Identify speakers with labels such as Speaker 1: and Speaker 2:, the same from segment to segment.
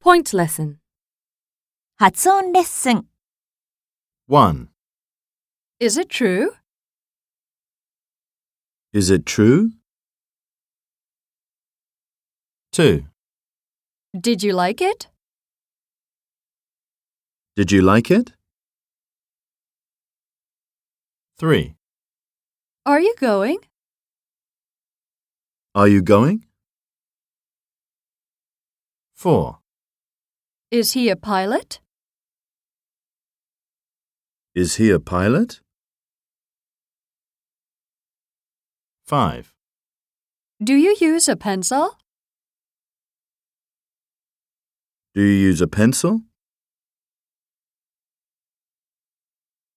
Speaker 1: Point lesson.
Speaker 2: 発音レッスン
Speaker 3: 1.
Speaker 1: Is it true?
Speaker 3: Is it true? 2.
Speaker 1: Did you like it?
Speaker 3: Did you like it? 3.
Speaker 1: Are you going?
Speaker 3: Are you going? 4.
Speaker 1: Is he a pilot?
Speaker 3: Is he a pilot? 5.
Speaker 1: Do you use a pencil?
Speaker 3: Do you use a pencil?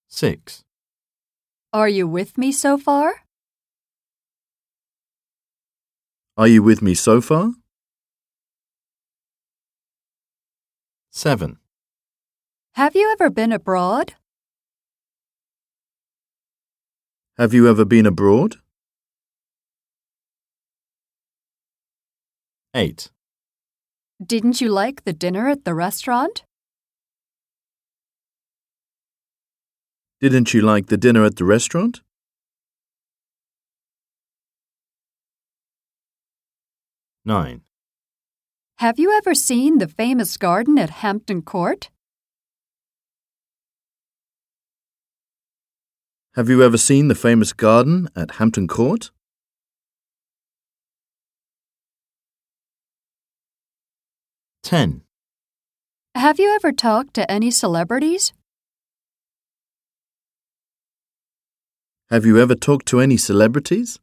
Speaker 3: 6.
Speaker 1: Are you with me so far?
Speaker 3: Are you with me so far? 7.
Speaker 1: Have you ever been abroad?
Speaker 3: Have you ever been abroad? 8.
Speaker 1: Didn't you like the dinner at the restaurant?
Speaker 3: Didn't you like the dinner at the restaurant? 9.
Speaker 1: Have you ever seen the famous garden at Hampton Court?
Speaker 3: Have you ever seen the famous garden at Hampton Court? 10.
Speaker 1: Have you ever talked to any celebrities?
Speaker 3: Have you ever talked to any celebrities?